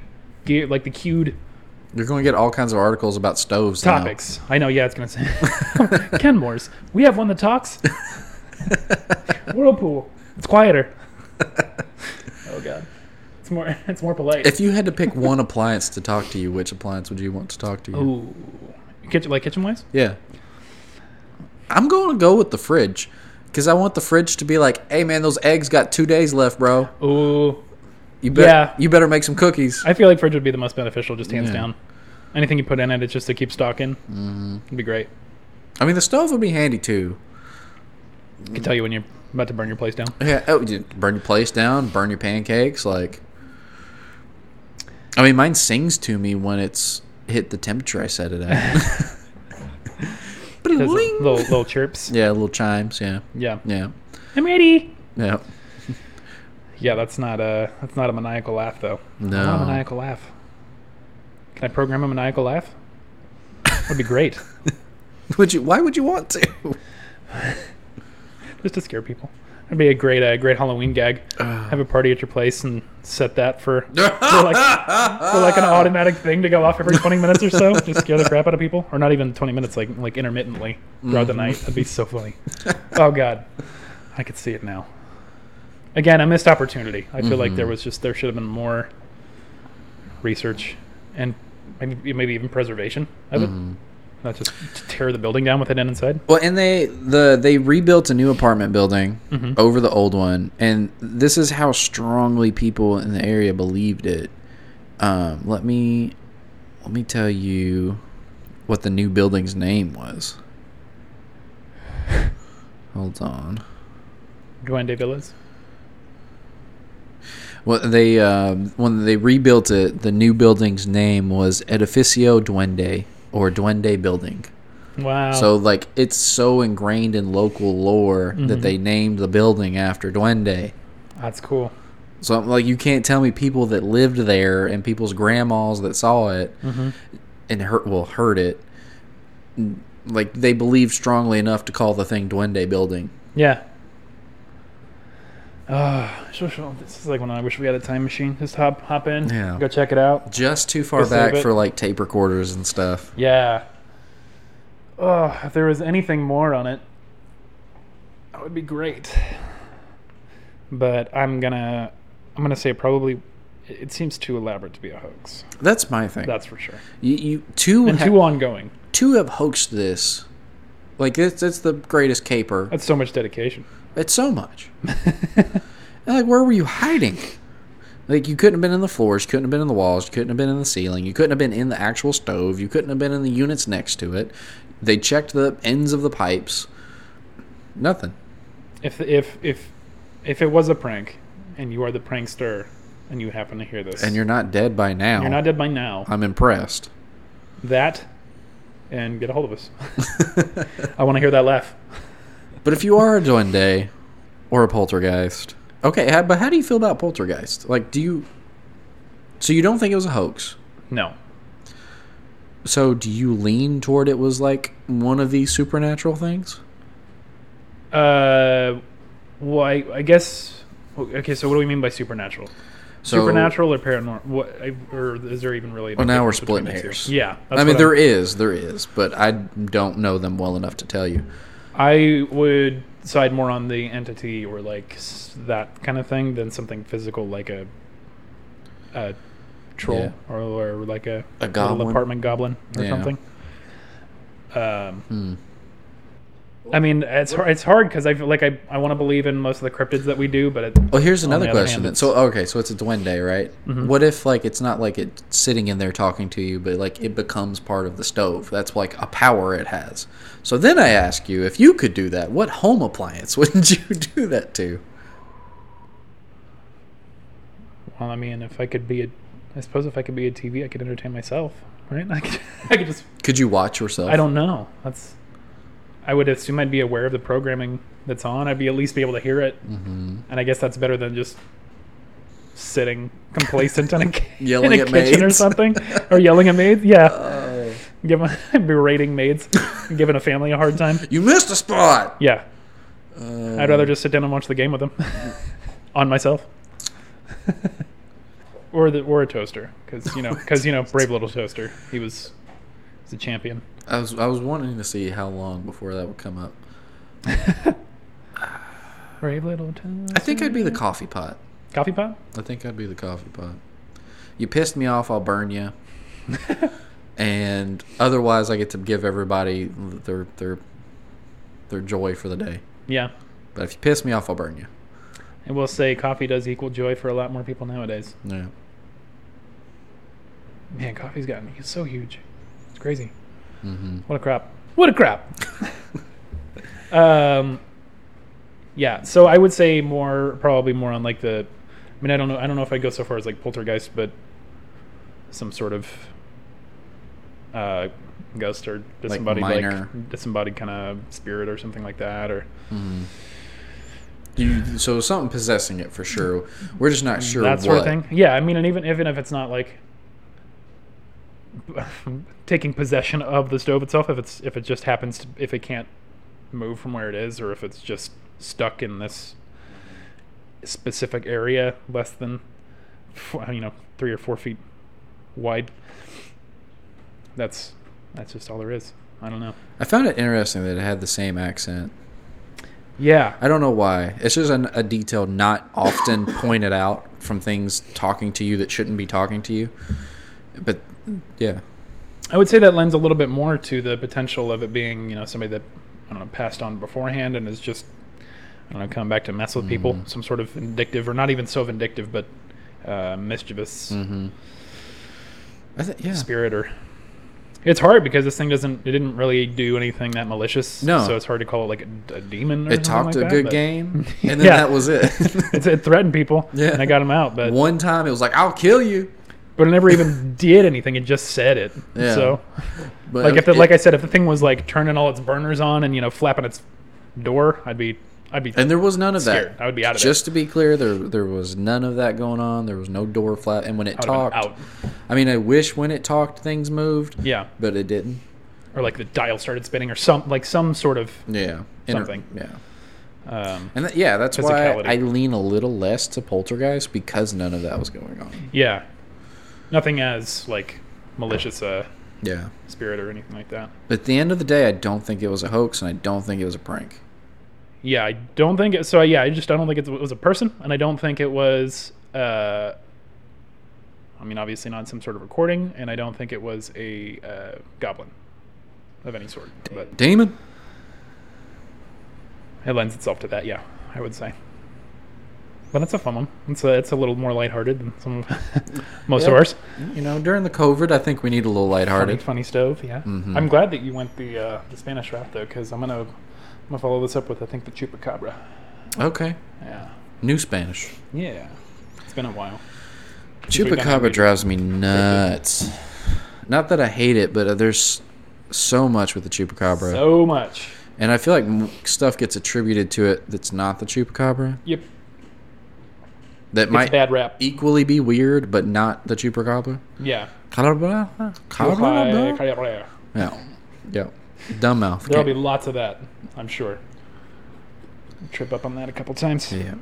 Speaker 1: ge- like the cued
Speaker 3: you're going to get all kinds of articles about stoves. now.
Speaker 1: topics. I know. Yeah, it's gonna say Kenmore's. We have one that talks. Whirlpool. It's quieter. oh god, it's more. It's more polite.
Speaker 3: If you had to pick one appliance to talk to you, which appliance would you want to talk to you?
Speaker 1: Ooh, kitchen like kitchen wise.
Speaker 3: Yeah. I'm going to go with the fridge because I want the fridge to be like, hey man, those eggs got two days left, bro.
Speaker 1: Ooh,
Speaker 3: You better
Speaker 1: Yeah.
Speaker 3: you better make some cookies.
Speaker 1: I feel like fridge would be the most beneficial, just hands
Speaker 3: Yeah.
Speaker 1: down. Anything you put in it, it's just to keep stocking. Mm-hmm. It'd be great.
Speaker 3: I mean, the stove would be handy too.
Speaker 1: It could tell you when you're about to burn your place down.
Speaker 3: Yeah, oh, you burn your place down, burn your pancakes. Like, I mean, mine sings to me when it's hit the temperature I set it at.
Speaker 1: Does
Speaker 3: Bling.
Speaker 1: little little chirps.
Speaker 3: yeah, little chimes. Yeah,
Speaker 1: Yeah.
Speaker 3: yeah,
Speaker 1: I'm ready.
Speaker 3: yeah.
Speaker 1: Yeah, that's not a that's not a maniacal laugh though. I want a
Speaker 3: No,
Speaker 1: maniacal laugh. Can I program a maniacal laugh? That'd be great,
Speaker 3: would you? Why would you want to?
Speaker 1: just to scare people. That'd be a great uh, great Halloween gag. Have a party at your place and set that for for like, for like an automatic thing to go off every 20 minutes or so. Just scare the crap out of people, or not even 20 minutes, like like intermittently throughout the night. That'd be so funny. oh god, I could see it now. Again, a missed opportunity. I feel like there was just there should have been more research and maybe, maybe even preservation of it. Not just to tear the building down with it in inside.
Speaker 3: Well, and they the they rebuilt a new apartment building over the old one, and this is how strongly people in the area believed it. Um, let me let me tell you what the new building's name was. Hold on.
Speaker 1: Duende Villas.
Speaker 3: Well, they um, when they rebuilt it, the new building's name was Edificio Duende or Duende Building.
Speaker 1: Wow.
Speaker 3: So like it's so ingrained in local lore that they named the building after Duende.
Speaker 1: that's cool.
Speaker 3: So I'm like you can't tell me people that lived there and people's grandmas that saw it and hurt well heard it n- like they believed strongly enough to call the thing Duende building.
Speaker 1: Yeah. Uh, this is like when I wish we had a time machine. Just hop, hop in.
Speaker 3: Yeah.
Speaker 1: Go check it out.
Speaker 3: Just too far
Speaker 1: Guess they
Speaker 3: back
Speaker 1: bet-
Speaker 3: for like tape recorders and stuff.
Speaker 1: Yeah. Oh, if there was anything more on it, that would be great. But I'm gonna, I'm gonna say probably, it it seems too elaborate to be a hoax.
Speaker 3: That's my thing.
Speaker 1: That's for sure.
Speaker 3: you, you two
Speaker 1: And
Speaker 3: ha-
Speaker 1: too ongoing.
Speaker 3: two have hoaxed this. Like it's it's the greatest caper.
Speaker 1: That's so much dedication.
Speaker 3: It's so much. and like, where were you hiding? Like, you couldn't have been in the floors, you couldn't have been in the walls, you couldn't have been in the ceiling, you couldn't have been in the actual stove, you couldn't have been in the units next to it. They checked the ends of the pipes. Nothing.
Speaker 1: If if if if it was a prank, and you are the prankster, and you happen to hear this,
Speaker 3: And you're not dead by now.
Speaker 1: you're not dead by now.
Speaker 3: I'm impressed.
Speaker 1: that and get a hold of us. I want to hear that laugh.
Speaker 3: But if you are a Duende or a poltergeist, okay, how, but how do you feel about poltergeist? Like, do you. So you don't think it was a hoax?
Speaker 1: No.
Speaker 3: So do you lean toward it was like one of these supernatural things?
Speaker 1: Uh, well, I, I guess. Okay, so what do we mean by supernatural?
Speaker 3: So,
Speaker 1: supernatural or paranormal? What, I- or is there even really? a
Speaker 3: Well, now we're
Speaker 1: difference between
Speaker 3: splitting
Speaker 1: the two?
Speaker 3: hairs.
Speaker 1: Yeah,
Speaker 3: I
Speaker 1: what
Speaker 3: mean,
Speaker 1: I'm-
Speaker 3: there is, there is, but I don't know them well enough to tell you.
Speaker 1: I would side more on the entity or like s- that kind of thing than something physical like a a troll or, or like a, little
Speaker 3: A goblin?
Speaker 1: apartment goblin or
Speaker 3: Yeah.
Speaker 1: something. Um, I mean, it's har- it's hard because I feel like I, I want to believe in most of the cryptids that we do, but it,
Speaker 3: Well, Oh, here's another
Speaker 1: the other
Speaker 3: question.
Speaker 1: hand, Mm-hmm.
Speaker 3: then. so, okay, so it's a duende, right? What if, like, it's not like it's sitting in there talking to you, but like it becomes part of the stove? That's like a power it has. So then I ask you, if you could do that, what home appliance would you do that to?
Speaker 1: well, I mean, if I could be a, I suppose if I could be a TV, I could entertain myself, right? I could I could just
Speaker 3: Could you watch yourself?
Speaker 1: I don't know. That's. I would assume I'd be aware of the programming that's on. I'd be at least be able to hear it,
Speaker 3: Mm-hmm.
Speaker 1: and I guess that's better than just sitting complacent in a, ki-
Speaker 3: Yelling
Speaker 1: in a
Speaker 3: at
Speaker 1: kitchen or
Speaker 3: maids. Oh.
Speaker 1: something, or yelling at maids. Yeah, giving berating maids, giving a family a hard time.
Speaker 3: You missed a spot. Um,
Speaker 1: Yeah, I'd
Speaker 3: Mm.
Speaker 1: rather just sit down and watch the game with them on myself, or the or a toaster, because you know, because you know, brave little toaster. He was, he's a champion.
Speaker 3: I was I was wanting to see how long before that would come up.
Speaker 1: Brave little toaster.
Speaker 3: I think I'd be
Speaker 1: Mm.
Speaker 3: the coffee pot.
Speaker 1: Coffee pot?
Speaker 3: I think I'd be the coffee pot. You pissed me off, I'll burn you. and otherwise, I get to give everybody their their their joy for the day.
Speaker 1: Yeah.
Speaker 3: But if you piss me off, I'll burn you.
Speaker 1: And we'll say coffee does equal joy for a lot more people nowadays.
Speaker 3: Yeah.
Speaker 1: Man, coffee's gotten it's so huge. It's crazy.
Speaker 3: Mm-hmm.
Speaker 1: What a crap. What a crap. um yeah, so I would say more probably more on like the I mean I don't know I don't know if I'd go so far as like poltergeist, but some sort of uh ghost or disembodied like,
Speaker 3: minor-
Speaker 1: disembodied kind of spirit or something like that or
Speaker 3: Mm. You, so something possessing it for sure. We're just not sure
Speaker 1: Mm. that
Speaker 3: what.
Speaker 1: sort of thing. Yeah, I mean, and even even if it's not like taking possession of the stove itself, if it's if it just happens to if it can't move from where it is, or if it's just stuck in this specific area less than four, you know three or four feet wide, that's that's just all there is. I don't know.
Speaker 3: I found it interesting that it had the same accent.
Speaker 1: Yeah,
Speaker 3: I don't know why. It's just an, a detail not often pointed out from things talking to you that shouldn't be talking to you. But yeah,
Speaker 1: I would say that lends a little bit more to the potential of it being, you know, somebody that I don't know passed on beforehand and is just I don't know coming back to mess with people,
Speaker 3: Mm-hmm.
Speaker 1: some sort of vindictive or not even so vindictive, but uh, mischievous
Speaker 3: Mm-hmm. I th- yeah.
Speaker 1: spirit or. It's hard because this thing doesn't. It didn't really do anything that malicious.
Speaker 3: No.
Speaker 1: so it's hard to call it like a, a demon. Or
Speaker 3: It
Speaker 1: something like
Speaker 3: talked a
Speaker 1: that,
Speaker 3: good
Speaker 1: but-
Speaker 3: game, and then
Speaker 1: Yeah.
Speaker 3: that was it.
Speaker 1: It's, it threatened people.
Speaker 3: Yeah.
Speaker 1: and I got them out, but
Speaker 3: One time it was like, "I'll kill you,"
Speaker 1: but it never even did anything. It just said it.
Speaker 3: Yeah.
Speaker 1: So
Speaker 3: but
Speaker 1: like if the,
Speaker 3: it-
Speaker 1: like I said, if the thing was like turning all its burners on and you know flapping its door, I'd be I'd be
Speaker 3: and there was none of
Speaker 1: scared.
Speaker 3: that.
Speaker 1: I would be out of
Speaker 3: Just to be clear, there there was none of that going on. There was no door flap, and when it
Speaker 1: it. I would've
Speaker 3: talked,
Speaker 1: been out.
Speaker 3: I mean, I wish when it talked things moved,
Speaker 1: Yeah,
Speaker 3: but it didn't.
Speaker 1: or like the dial started spinning, or some like some sort of.
Speaker 3: Yeah, Inter-
Speaker 1: Something.
Speaker 3: yeah,
Speaker 1: Um,
Speaker 3: and that, yeah, that's why
Speaker 1: Physicality.
Speaker 3: I lean a little less to Poltergeist because none of that was going on.
Speaker 1: yeah, nothing as like malicious uh,
Speaker 3: Yeah,
Speaker 1: spirit or anything like that.
Speaker 3: but at the end of the day, I don't think it was a hoax, and I don't think it was a prank.
Speaker 1: Yeah, I don't think it. So yeah, I just I don't think it's- it was a person, and I don't think it was. Uh, I mean, obviously not some sort of recording, and I don't think it was a uh, goblin of any sort. But
Speaker 3: Demon.
Speaker 1: it lends itself to that. Yeah, I would say. But that's a fun one. It's a, it's a little more lighthearted than some of most of
Speaker 3: Yeah.
Speaker 1: ours.
Speaker 3: You know, during the COVID, I think we need a little
Speaker 1: Funny,
Speaker 3: lighthearted.
Speaker 1: funny stove. Yeah,
Speaker 3: Mhm.
Speaker 1: I'm glad that you went the uh, the Spanish route though, because I'm gonna I'm gonna follow this up with I think the chupacabra.
Speaker 3: Okay,
Speaker 1: Yeah,
Speaker 3: new Spanish.
Speaker 1: yeah. It's been a while. Since we've done that, we-
Speaker 3: Chupacabra drives me nuts. Not that I hate it, but uh, there's so much with the chupacabra,
Speaker 1: So much.
Speaker 3: and I feel like m- stuff gets attributed to it that's not the chupacabra
Speaker 1: Yep.
Speaker 3: that
Speaker 1: It's a
Speaker 3: might
Speaker 1: bad rap.
Speaker 3: equally be weird, but not the chupacabra.
Speaker 1: Yeah.
Speaker 3: Calabra?
Speaker 1: Hi,
Speaker 3: Calabra?
Speaker 1: Calabra.
Speaker 3: No. Yep. Dumb mouth.
Speaker 1: There'll be lots of that, I'm sure. Trip up on that a couple times.
Speaker 3: yeah.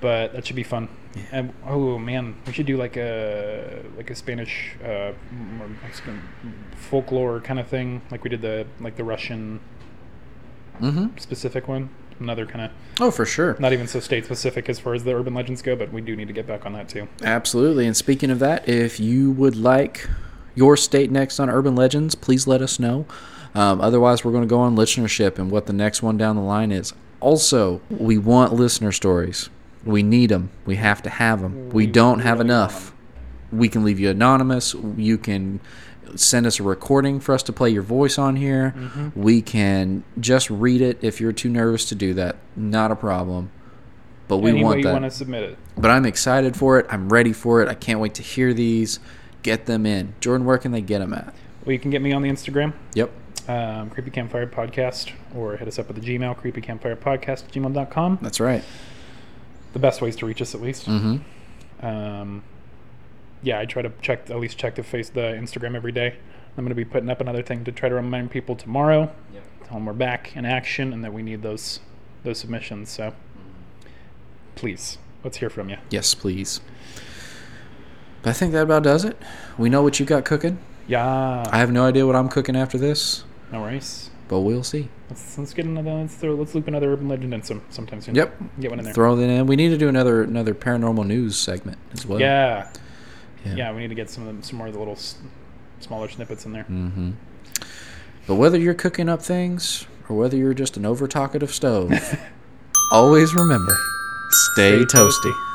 Speaker 1: but that should be fun. And oh man, we should do like a like a Spanish uh, m- or Mexican folklore kind of thing, like we did the like the Russian
Speaker 3: Mm-hmm.
Speaker 1: specific one. Another kind of
Speaker 3: Oh, for sure.
Speaker 1: not even so state specific as far as the urban legends go, but we do need to get back on that too.
Speaker 3: Absolutely. And speaking of that, if you would like your state next on Urban Legends, please let us know. Um, otherwise, we're going to go on listenership and what the next one down the line is. Also, we want listener stories. We need them. We have to have them. We,
Speaker 1: We
Speaker 3: don't have
Speaker 1: really
Speaker 3: enough. We can leave you anonymous. You can send us a recording for us to play your voice on here.
Speaker 1: Mm-hmm.
Speaker 3: We can just read it if you're too nervous to do that. Not a problem. But we
Speaker 1: Any
Speaker 3: want
Speaker 1: way
Speaker 3: that
Speaker 1: you want to submit it.
Speaker 3: but I'm excited for it. I'm ready for it. I can't wait to hear these. Get them in. Jordan, where can they get them at?
Speaker 1: Well, you can get me on the Instagram,
Speaker 3: Yep.
Speaker 1: um, Creepy Campfire Podcast, or hit us up at the Gmail, Creepy Campfire Podcast, gmail.com.
Speaker 3: That's right.
Speaker 1: The best ways to reach us, at least.
Speaker 3: Mm-hmm.
Speaker 1: um, yeah, I try to check at least check the face the Instagram every day. I'm going to be putting up another thing to try to remind people tomorrow, tell them we're back in action and that we need those those submissions. So
Speaker 3: Mm-hmm.
Speaker 1: please, let's hear from you.
Speaker 3: Yes, please. But I think that about does it. We know what you got cooking.
Speaker 1: Yeah,
Speaker 3: I have no idea what I'm cooking after this,
Speaker 1: no worries.
Speaker 3: but we'll see.
Speaker 1: Let's, let's get another. Let's throw, let's loop another urban legend in some sometimes. You know,
Speaker 3: Yep.
Speaker 1: get one in there.
Speaker 3: Throw that in. We need to do another another paranormal news segment as well.
Speaker 1: yeah.
Speaker 3: Yeah.
Speaker 1: yeah, We need to get some of them, some more of the little s- smaller snippets in there.
Speaker 3: Mm-hmm. But whether you're cooking up things or whether you're just an over talkative stove, always remember stay,
Speaker 1: Stay toasty.
Speaker 3: toasty.